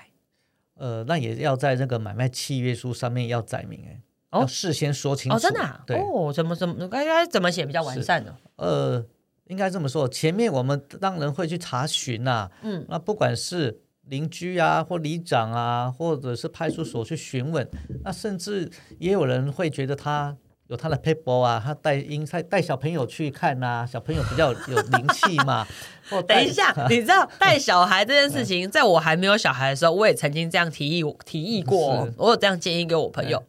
Speaker 2: 呃，那也要在这个买卖契约书上面要载明哎、
Speaker 1: 哦
Speaker 2: 要事先说清楚。
Speaker 1: 哦，真的、啊、
Speaker 2: 对，
Speaker 1: 哦，怎么怎么该该怎么写比较完善呢？哦
Speaker 2: 呃，应该这么说，前面我们让人会去查询呐、
Speaker 1: 嗯，
Speaker 2: 那不管是邻居啊，或里长啊，或者是派出所去询问，那甚至也有人会觉得他。有他的 paper 啊，他带因带带小朋友去看呐、小朋友比较有灵气 嘛。或带
Speaker 1: 等一， 下，你知道带小孩这件事情，在我还没有小孩的时候，我也曾经这样提议提议过哦
Speaker 2: 是，
Speaker 1: 我有这样建议给我朋友。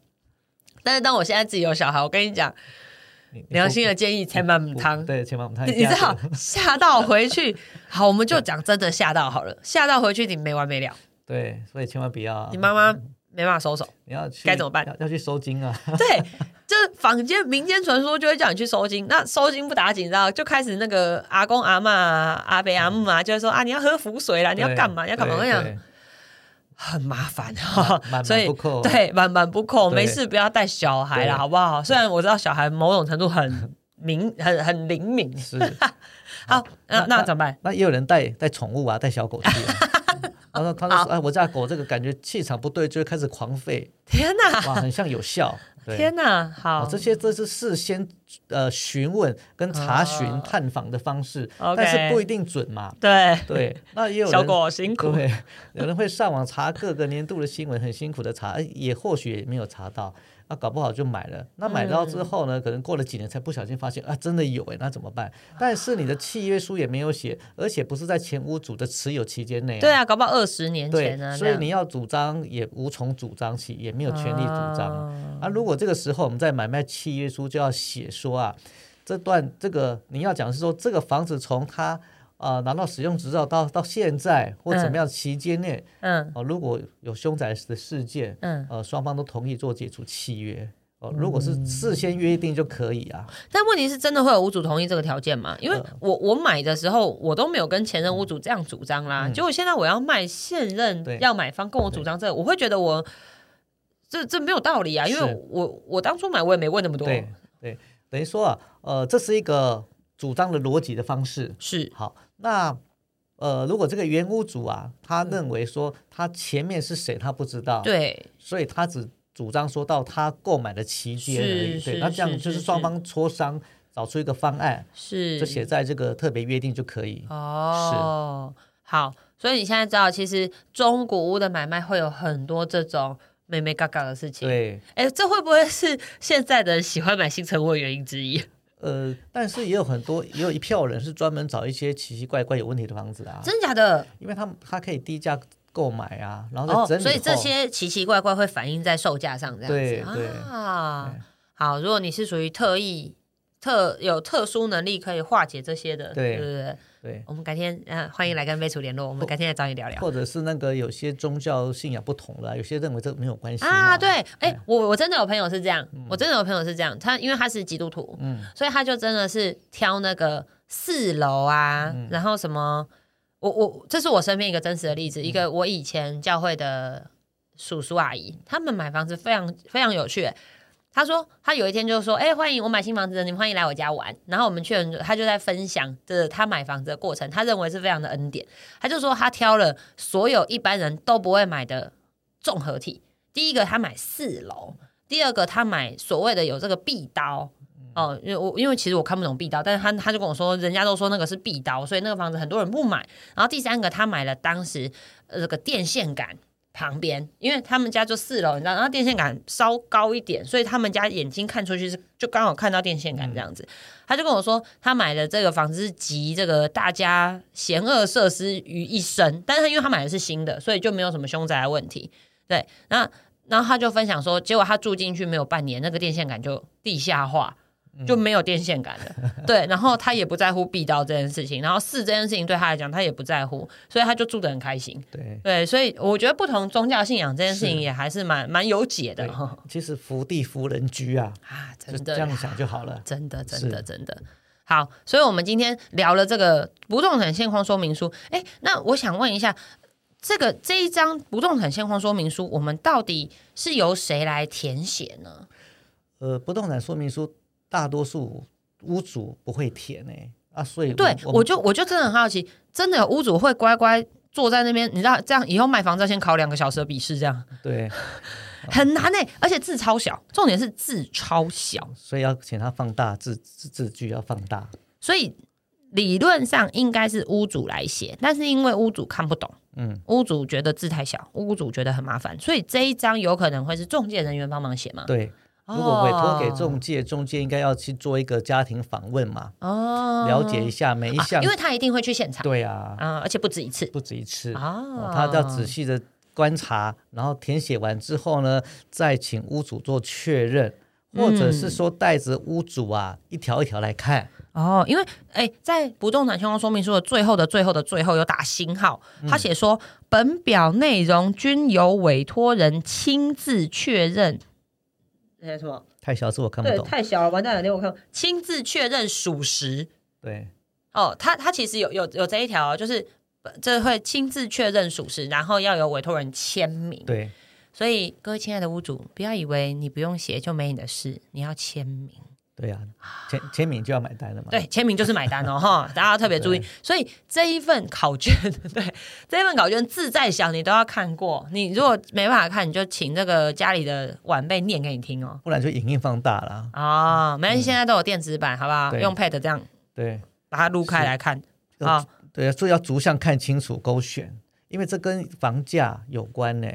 Speaker 1: 但是当我现在自己有小孩，我跟你讲，良心的建议千万不汤。
Speaker 2: 对，前面我们谈
Speaker 1: 你你
Speaker 2: 一下
Speaker 1: 知道吓到回去，好，我们就讲真的吓到好了，吓到回去你没完没了，
Speaker 2: 对，所以千万不要啊
Speaker 1: 你妈妈没办法收手。
Speaker 2: 你要去
Speaker 1: 该怎么办
Speaker 2: 要要去收金啊，
Speaker 1: 对，就是坊间民间传说就会叫你去收金，那收金不打紧，你知道就开始那个阿公阿嬷啊、阿伯阿姆
Speaker 2: 嗯
Speaker 1: 啊，就会说啊，你要喝符水 啦，你要干嘛？你要干嘛？我跟你
Speaker 2: 呀？
Speaker 1: 讲，很麻烦哈
Speaker 2: 满，满
Speaker 1: 所以
Speaker 2: 不扣
Speaker 1: 对满满不扣，
Speaker 2: 对
Speaker 1: 没事不要带小孩啦，
Speaker 2: 对
Speaker 1: 好不好？虽然我知道小孩某种程度很明、 很很灵敏，
Speaker 2: 是。
Speaker 1: 好，那那怎么办？
Speaker 2: 那也有人带带宠物啊，带小狗去 啊。他说：“他就说，哎，我家狗这个感觉气场不对，就会开始狂 吠，
Speaker 1: 天哪，
Speaker 2: 哇，很像有效。对
Speaker 1: 天哪，
Speaker 2: 哦
Speaker 1: 好，
Speaker 2: 这些这是事先呃询问跟查询、
Speaker 1: 哦
Speaker 2: 探访的方式，
Speaker 1: OK
Speaker 2: 但是不一定准嘛。
Speaker 1: 对，
Speaker 2: 对，那也有人
Speaker 1: 小狗辛苦，
Speaker 2: 对，啊 有人会上网查各个年度的新闻，很辛苦的查，哎也或许也没有查到，那搞不好就买了。那买到之后
Speaker 1: 嗯
Speaker 2: 呢，可能过了几年才不小心发现啊，真的有哎，那怎么办？
Speaker 1: 啊
Speaker 2: 但是你的契约书也没有写，而且不是在前屋主的持有期间内、
Speaker 1: 对。啊，搞不好二十年
Speaker 2: 对
Speaker 1: 前，啊，
Speaker 2: 所以你要主张也无从主张起，也没有权利主张啊。
Speaker 1: 张，
Speaker 2: 如果这个时候我们在买卖契约书就要写说啊，这段这个你要讲的是说这个房子从他呃拿到使用执照到到现在或怎么样期间内，
Speaker 1: 嗯
Speaker 2: 哦，如果有凶宅的事件，
Speaker 1: 嗯。
Speaker 2: 呃，双方都同意做解除契约。哦，如果是事先约定就可以啊。
Speaker 1: 但问题是真的会有屋主同意这个条件吗？
Speaker 2: 嗯
Speaker 1: 因为我我买的时候，我都没有跟前任屋主这样主张啦。结果现在我要卖现任
Speaker 2: 嗯对
Speaker 1: 要买方跟我主张这个，我会觉得我这这没有道理啊，因为
Speaker 2: 是
Speaker 1: 我我当初买我也没问那么多。
Speaker 2: 对等于说啊，呃，这是一个主张的逻辑的方式。
Speaker 1: 是
Speaker 2: 好，那呃，如果这个原屋主啊，他认为说他前面是谁他不知道，，
Speaker 1: 对，
Speaker 2: 所以他只主张说到他购买的期间而已。
Speaker 1: 是
Speaker 2: 对，
Speaker 1: 是
Speaker 2: 那这样
Speaker 1: 是
Speaker 2: 就是是双
Speaker 1: 是
Speaker 2: 方磋商，找出一个方案，
Speaker 1: 是
Speaker 2: 就写在这个特别约定就可以。
Speaker 1: 哦，好，所以你现在知道，其实中古屋的买卖会有很多这种妹妹嘎嘎的事情。，
Speaker 2: 对，
Speaker 1: 哎，这会不会是现在的人喜欢买新成屋的原因之一？
Speaker 2: 呃，但是也有很多，也有一票人是专门找一些奇奇怪怪有问题的房子啊，
Speaker 1: 真假的？
Speaker 2: 因为他们他可以低价购买啊，然后
Speaker 1: 哦，
Speaker 2: 再整理
Speaker 1: 所以这
Speaker 2: 后
Speaker 1: 些奇奇怪怪会反映在售价上，这样子
Speaker 2: 对对
Speaker 1: 啊
Speaker 2: 对。
Speaker 1: 好，如果你是属于特异。特有特殊能力可以化解这些的，
Speaker 2: 对
Speaker 1: 对不对？
Speaker 2: 对，
Speaker 1: 我们改天嗯、呃欢迎来跟飞厨联络，我们改天来找你聊聊。
Speaker 2: 或者是那个有些宗教信仰不同的啊、有些认为这没有关系嘛
Speaker 1: 啊，对，哎、我我真的有朋友是这样，我真的有朋友是这样，他因为他是基督徒，
Speaker 2: 嗯
Speaker 1: 所以他就真的是挑那个四楼啊，然后什么，我我这是我身边一个真实的例子，一个我以前教会的叔叔阿姨，他们买房子非常非常有趣、他说，他有一天就说：“哎、欢迎我买新房子了，你们欢迎来我家玩。”然后我们去很久，他就在分享这他买房子的过程，他认为是非常的恩典。他就说他挑了所有一般人都不会买的综合体，第一个他买四楼，第二个他买所谓的有这个壁刀。哦，因为我因为其实我看不懂壁刀，但是他他就跟我说，人家都说那个是壁刀，所以那个房子很多人不买。然后第三个，他买了当时呃这个电线杆旁边，因为他们家就四楼，你知道，然后电线杆稍高一点，所以他们家眼睛看出去是就刚好看到电线杆这样子。他就跟我说，他买的这个房子是集这个大家险恶设施于一身，但是他因为他买的是新的，所以就没有什么凶宅的问题。对，那然后他就分享说，结果他住进去没有半年，那个电线杆就地下化。
Speaker 2: 嗯
Speaker 1: 就没有电线杆 了，对，然后他也不在乎避刀这件事情，然后四这件事情对他来讲他也不在乎，所以他就住得很开心。
Speaker 2: 对。
Speaker 1: 对，所以我觉得不同宗教信仰这件事情也还是蛮蛮有解的
Speaker 2: 对
Speaker 1: 哈，
Speaker 2: 其实福地福人居啊，
Speaker 1: 啊，
Speaker 2: 就
Speaker 1: 真
Speaker 2: 这
Speaker 1: 的
Speaker 2: 样
Speaker 1: 啦
Speaker 2: 想就好了。
Speaker 1: 真的，真
Speaker 2: 是
Speaker 1: 的，真的。好，所以我们今天聊了这个不动产现况说明书。哎，那我想问一下，这个这一张不动产现况说明书，我们到底是由谁来填写呢？
Speaker 2: 呃，不动产说明书大多数屋主不会填诶、啊，所以
Speaker 1: 对，
Speaker 2: 们
Speaker 1: 我就我就真的很好奇，真的有屋主会乖乖坐在那边，你知道，这样以后卖房子要先考两个小时的笔试，这样
Speaker 2: 对，
Speaker 1: 很难哎、而且字超小，重点是字超小。
Speaker 2: 所以要请他放大字字字句要放大，
Speaker 1: 所以理论上应该是屋主来写，但是因为屋主看不懂，
Speaker 2: 嗯，
Speaker 1: 屋主觉得字太小，屋主觉得很麻烦，所以这一章有可能会是中介人员帮忙写吗？
Speaker 2: 对。如果委托给
Speaker 1: 啊哦
Speaker 2: 中介，中介应该要去做一个家庭访问嘛，
Speaker 1: 哦，
Speaker 2: 了解一下每一
Speaker 1: 啊
Speaker 2: 项。
Speaker 1: 因为他一定会去现场
Speaker 2: 对啊，
Speaker 1: 啊、而且不止一次
Speaker 2: 不止一次，
Speaker 1: 啊
Speaker 2: 哦他要仔细的观察，然后填写完之后呢，再请屋主做确认，或者
Speaker 1: 嗯
Speaker 2: 是说带着屋主啊一条一条来看。
Speaker 1: 哦，因为哎，在不动产相关说明书的最后的最后的最后有打星号，他
Speaker 2: 嗯
Speaker 1: 写说、本表内容均由委托人亲自确认。那什么？
Speaker 2: 太小字我看不懂，
Speaker 1: 太小了，完蛋了，连我看亲自确认属实。
Speaker 2: 对
Speaker 1: 哦，他他其实有有有这一条哦，就是呃这会亲自确认属实，然后要有委托人签名。
Speaker 2: 对
Speaker 1: 所以各位亲爱的屋主，不要以为你不用写就没你的事，你要签名。
Speaker 2: 对啊，签签名就要买单了嘛。
Speaker 1: 对，签名就是买单哦， 哈，大家特别注意
Speaker 2: 对。
Speaker 1: 所以这一份考卷， 对这一份考卷字再小你都要看过。你如果没办法看，你就请这个家里的晚辈念给你听哦。
Speaker 2: 不然就影印放大啊啦。
Speaker 1: 哦，没关系，现在都有电子版，好不好？
Speaker 2: 嗯对
Speaker 1: 用 Pad 这样
Speaker 2: 对
Speaker 1: 把它撸开来看
Speaker 2: 是
Speaker 1: 啊。
Speaker 2: 对啊，所以要逐项看清楚勾选，因为这跟房价有关呢、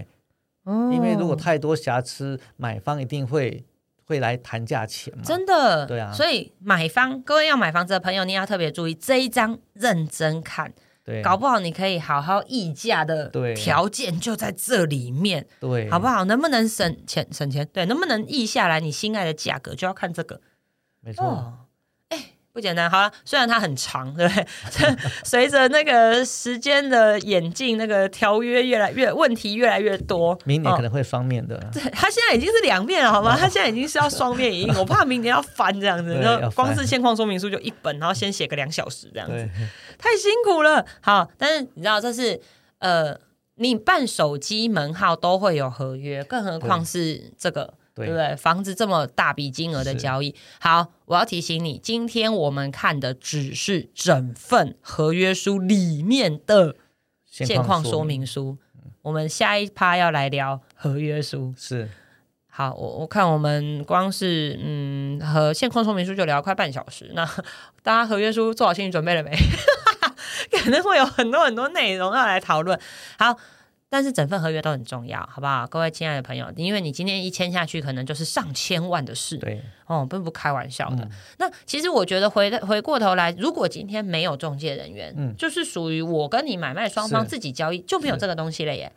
Speaker 2: 因
Speaker 1: 哦
Speaker 2: 为如果太多瑕疵，买方一定会会来谈价钱嘛。
Speaker 1: 真的，
Speaker 2: 对啊
Speaker 1: 所以买方，各位要买房子的朋友，你要特别注意这一张，认真看，
Speaker 2: 对，
Speaker 1: 搞不好你可以好好议价的
Speaker 2: 对
Speaker 1: 条件就在这里面，
Speaker 2: 对，
Speaker 1: 好不好？能不能省钱？省钱，对，能不能议下来你心爱的价格，就要看这个
Speaker 2: 没错。
Speaker 1: 哦。哎，不简单，好了，虽然它很长，对不对？随着那个时间的演进，那个条约越来越问题越来越多，
Speaker 2: 明年
Speaker 1: 哦
Speaker 2: 可能会双面的，
Speaker 1: 他现在已经是两面了，好吗？他现在已经是要双面影印，我怕明年要翻这样子。
Speaker 2: 对
Speaker 1: 然
Speaker 2: 要
Speaker 1: 后
Speaker 2: 翻
Speaker 1: 光是现况说明书就一本，然后先写个两小时这样子，
Speaker 2: 对
Speaker 1: 太辛苦了。好，但是你知道这是呃，你办手机门号都会有合约，更何况是这个对不对？房子这么大笔金额的交易，好，我要提醒你，今天我们看的只是整份合约书里面的现况说明书，我们下一趴要来聊合约书。
Speaker 2: 是
Speaker 1: 好，我我看我们光是嗯和现况说明书就聊快半小时，那大家合约书做好心理准备了没？ 可能会有很多很多内容要来讨论。好，但是整份合约都很重要，好不好？各位亲爱的朋友，因为你今天一签下去，可能就是上千万的事
Speaker 2: 对，嗯
Speaker 1: 哦，并不开玩笑的。那其实我觉得回回过头来，如果今天没有中介人员，
Speaker 2: 嗯
Speaker 1: 就是属于我跟你买卖双方
Speaker 2: 是
Speaker 1: 自己交易，就没有
Speaker 2: 是
Speaker 1: 这个东西了耶。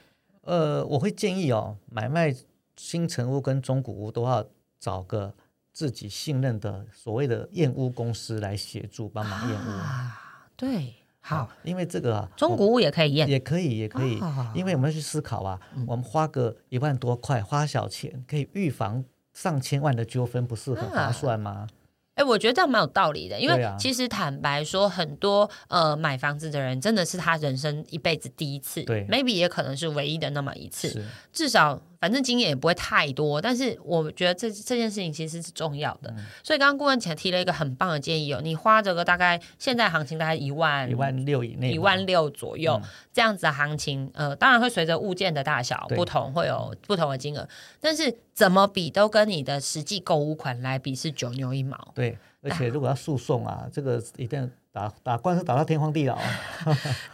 Speaker 2: 呃，我会建议哦，买卖新城屋跟中古屋都要找个自己信任的所谓的验屋公司来协助帮忙验屋。
Speaker 1: 啊，对，好，，
Speaker 2: 因为这个啊，
Speaker 1: 中古屋也可以验，
Speaker 2: 也可以，也可以，
Speaker 1: 啊
Speaker 2: 因为我们要去思考啊，我们花个一万多块，花小钱可以预防上千万的纠纷，不是很
Speaker 1: 啊
Speaker 2: 划算吗？
Speaker 1: 哎、我觉得这样蛮有道理的，因
Speaker 2: 对
Speaker 1: 为
Speaker 2: 啊
Speaker 1: 其实坦白说，很多呃买房子的人真的是他人生一辈子第一次，
Speaker 2: 对
Speaker 1: ，maybe 也可能是唯一的那么一次，
Speaker 2: 是
Speaker 1: 至少反正经验也不会太多。但是我觉得这这件事情其实是重要
Speaker 2: 嗯
Speaker 1: 的，所以刚刚顾问前提了一个很棒的建议哦，你花这个大概现在行情大概一万
Speaker 2: 一万六嗯以内嘛，
Speaker 1: 嗯一万六左右、这样子的行情，呃，当然会随着物件的大小
Speaker 2: 对
Speaker 1: 不同，会有不同的金额，但是怎么比都跟你的实际购物款来比是九牛一毛。
Speaker 2: 对，而且如果要诉讼啊，这个一定打打官司打到天荒地老啊，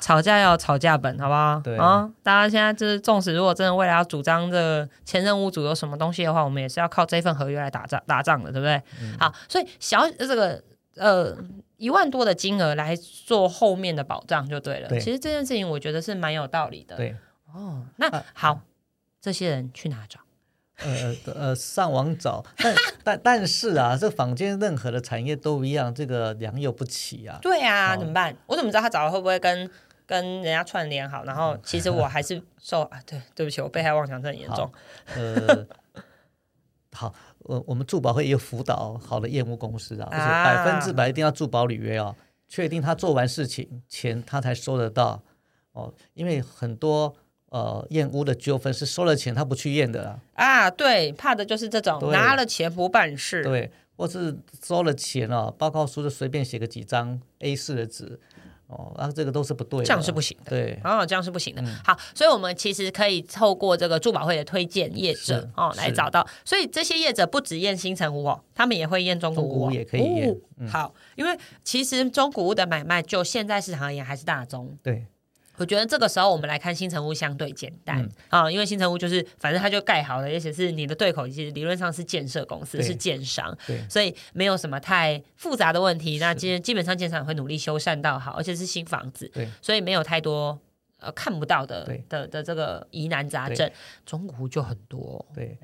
Speaker 1: 吵架要吵架本，好不好？
Speaker 2: 对
Speaker 1: 啊，大家现在就是，纵使如果真的未来要主张这个前任屋主有什么东西的话，我们也是要靠这份合约来打仗打仗的，对不对？
Speaker 2: 嗯
Speaker 1: 好，所以小这个呃一万多的金额来做后面的保障就对了。
Speaker 2: 对
Speaker 1: 其实这件事情我觉得是蛮有道理的。
Speaker 2: 对，
Speaker 1: 哦，那、
Speaker 2: 啊
Speaker 1: 好，这些人去哪找？
Speaker 2: 呃呃呃，上网找，但 但但是啊，这坊间任何的产业都一样，这个良莠不齐啊，
Speaker 1: 对啊，
Speaker 2: 哦
Speaker 1: 怎么办？我怎么知道他找的会不会跟跟人家串联好？然后其实我还是受啊，对，对不起，我被害妄想症很严重
Speaker 2: 好。呃，好，我我们住保会也有辅导好的业务公司啊，而
Speaker 1: 啊
Speaker 2: 且百分之百一定要住保履约哦，确定他做完事情钱他才收得到哦，因为很多呃验屋的纠纷是收了钱他不去验的啦，
Speaker 1: 啊，对，怕的就是这种
Speaker 2: 对
Speaker 1: 拿了钱不办事。
Speaker 2: 对，或是收了钱哦，报告书就随便写个几张 A 四的纸哦，啊这个都是不对的，
Speaker 1: 这样是不行的。
Speaker 2: 对，嗯
Speaker 1: 哦，这样是不行的。好，所以我们其实可以透过这个珠宝会的推荐业者
Speaker 2: 是
Speaker 1: 哦来
Speaker 2: 是
Speaker 1: 找到，所以这些业者不只验新城屋哦，他们也会验中古
Speaker 2: 中古
Speaker 1: 屋、哦，
Speaker 2: 屋也可以验嗯
Speaker 1: 哦好，因为其实中古屋的买卖，就现在市场而言还是大宗。
Speaker 2: 对
Speaker 1: 我觉得这个时候我们来看新城屋相对简单
Speaker 2: 嗯
Speaker 1: 啊、因为新城屋就是反正它就盖好了，而且是你的对口，其实理论上是建设公司，
Speaker 2: 对
Speaker 1: 是建商，
Speaker 2: 对
Speaker 1: 所以没有什么太复杂的问题。那基基本上建商也会努力修缮到好，而且是新房子，
Speaker 2: 对
Speaker 1: 所以没有太多呃看不到的
Speaker 2: 对
Speaker 1: 的的这个疑难杂
Speaker 2: 对
Speaker 1: 症。中古就很多，
Speaker 2: 对，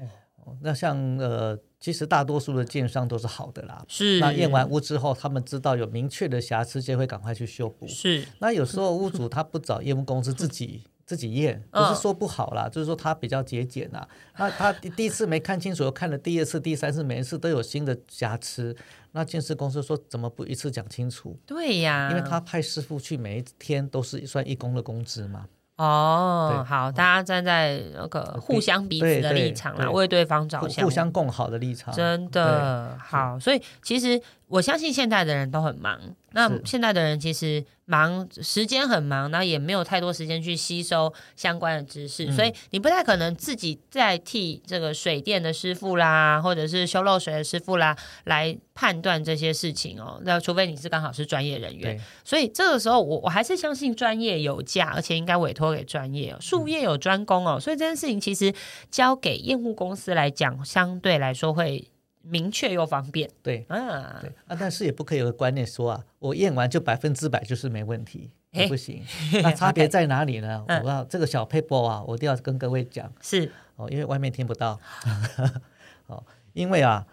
Speaker 2: 哦那像呃其实大多数的建商都是好的啦，
Speaker 1: 是
Speaker 2: 那验完屋之后，他们知道有明确的瑕疵，就会赶快去修补。
Speaker 1: 是
Speaker 2: 那有时候屋主他不找验屋公司 自己。自己验不
Speaker 1: 嗯
Speaker 2: 是说不好啦，就是说他比较节俭啦。那他第第一次没看清楚，又看了第二次、第三次，每一次都有新的瑕疵。那建设公司说怎么不一次讲清楚？
Speaker 1: 对呀，
Speaker 2: 因为他派师傅去，每一天都是算一工的工资嘛。
Speaker 1: 哦
Speaker 2: 对，嗯呃
Speaker 1: 好，大家站在那个互相彼此
Speaker 2: 对
Speaker 1: 的
Speaker 2: 对
Speaker 1: 立场啦，
Speaker 2: 对
Speaker 1: 为对方着
Speaker 2: 互
Speaker 1: 想，
Speaker 2: 互相共好的立场，
Speaker 1: 真
Speaker 2: 对
Speaker 1: 的好，所以其实我相信现代的人都很忙。那
Speaker 2: 是
Speaker 1: 现代的人其实忙，时间很忙，然后也没有太多时间去吸收相关的知
Speaker 2: 嗯
Speaker 1: 识，所以你不太可能自己再替这个水电的师傅啦，或者是修漏水的师傅啦来判断这些事情哦。那除非你是刚好是专业人员，
Speaker 2: 对
Speaker 1: 所以这个时候我我还是相信专业有价，而且应该委托给专业、哦，术业有专攻哦。所以这件事情其实交给业务公司来讲，相对来说会明确又方便。
Speaker 2: 对
Speaker 1: 啊
Speaker 2: 对，啊，但是也不可以有个观念说啊，我验完就百分之百就是没问题，也 不行。那差别在哪里呢？
Speaker 1: 哎嗯
Speaker 2: 我要这个小 paper 啊，我一定要跟各位讲
Speaker 1: 是
Speaker 2: 哦，因为外面听 不到。哦，因为啊，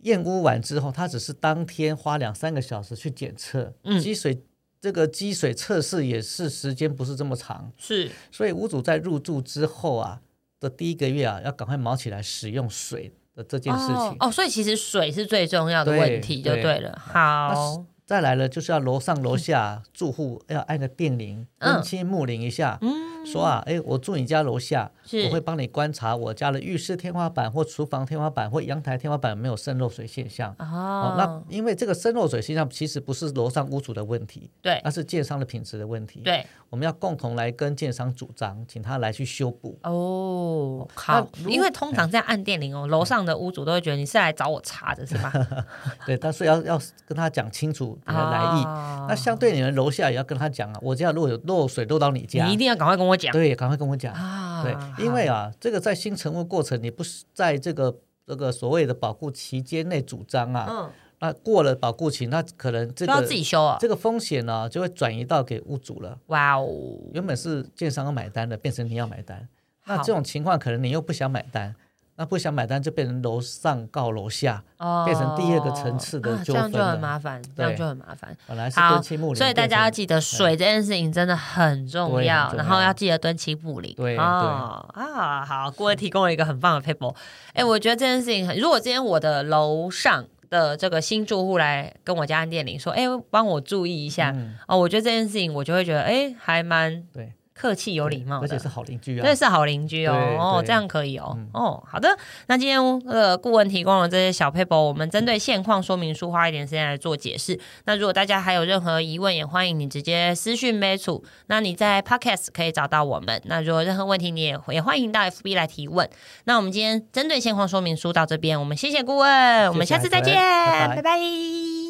Speaker 2: 验屋完之后，他只是当天花两三个小时去检测，
Speaker 1: 嗯
Speaker 2: 积水这个积水测试也是时间不是这么长，
Speaker 1: 是
Speaker 2: 所以屋主在入住之后啊的第一个月啊，要赶快忙起来使用水的这件事情。
Speaker 1: 哦哦，所以其实水是最重要的问题，就
Speaker 2: 对
Speaker 1: 对了。好，
Speaker 2: 再来了，就是要楼上楼下住户要按个电铃，
Speaker 1: 嗯
Speaker 2: 温馨木铃一下，说啊，哎，我住你家楼下，
Speaker 1: 是
Speaker 2: 我会帮你观察我家的浴室天花板或厨房天花板或阳台天花板有没有渗漏水现象。哦，
Speaker 1: 哦，
Speaker 2: 那因为这个渗漏水现象其实不是楼上屋主的问题，
Speaker 1: 对
Speaker 2: 那是建商的品质的问题。，
Speaker 1: 对
Speaker 2: 我们要共同来跟建商主张，请他来去修补。
Speaker 1: 哦，好，
Speaker 2: 如哎
Speaker 1: 因为通常在按电铃哦，楼上的屋主都会觉得你是来找我茬的是吧？啊
Speaker 2: 对，但是要要跟他讲清楚你的 来意。
Speaker 1: 哦
Speaker 2: 那相对你们楼下也要跟他讲啊，我家如果有漏水漏到你家，
Speaker 1: 你一定要赶快跟我讲
Speaker 2: 对，赶快跟我讲。
Speaker 1: 啊
Speaker 2: 对，因为啊，这个在新成屋过程，你不是在这个这个所谓的保护期间内主张啊，
Speaker 1: 嗯，
Speaker 2: 那过了保护期，那可能这
Speaker 1: 都要
Speaker 2: 个
Speaker 1: 自己修啊，
Speaker 2: 这个风险呢、就会转移到给屋主了。
Speaker 1: 哇哦，
Speaker 2: 原本是建商要买单的，变成你要买单。那
Speaker 1: 好
Speaker 2: 这种情况，可能你又不想买单，那不想买单就变成楼上告楼下，
Speaker 1: 哦
Speaker 2: 变成第二个层次的
Speaker 1: 啊
Speaker 2: 纠
Speaker 1: 这样就
Speaker 2: 纷
Speaker 1: 很
Speaker 2: 了
Speaker 1: 麻烦，这样就很麻烦。
Speaker 2: 本来是
Speaker 1: 好
Speaker 2: 敦亲睦邻，
Speaker 1: 所以大家要
Speaker 2: 变成哎
Speaker 1: 记得水这件事情真的很重要，
Speaker 2: 对很重要
Speaker 1: 然后要记得蹲起补铃。
Speaker 2: 对
Speaker 1: 哦啊，好，各位提供了一个很棒的 paper。哎，我觉得这件事情很，如果今天我的楼上的这个新住户来跟我家按电铃说，哎，帮我注意一下、
Speaker 2: 嗯
Speaker 1: 哦，我觉得这件事情我就会觉得，哎，还蛮
Speaker 2: 对
Speaker 1: 客气有礼貌的，
Speaker 2: 而且是好邻居啊
Speaker 1: 对，。是好邻居哦，
Speaker 2: 对
Speaker 1: 哦，
Speaker 2: 对
Speaker 1: 这样可以哦，
Speaker 2: 嗯
Speaker 1: 哦，好的，那今天呃，顾问提供了这些小 paper，我们针对现况说明书花一点时间来做解释。那如果大家还有任何疑问，也欢迎你直接私讯 m a t 那你在 podcast 可以找到我们。那如果任何问题，你也也欢迎到 FB 来提问。那我们今天针对现况说明书到这边，我们谢谢顾问，我们下次再见，
Speaker 2: 拜拜
Speaker 1: 拜拜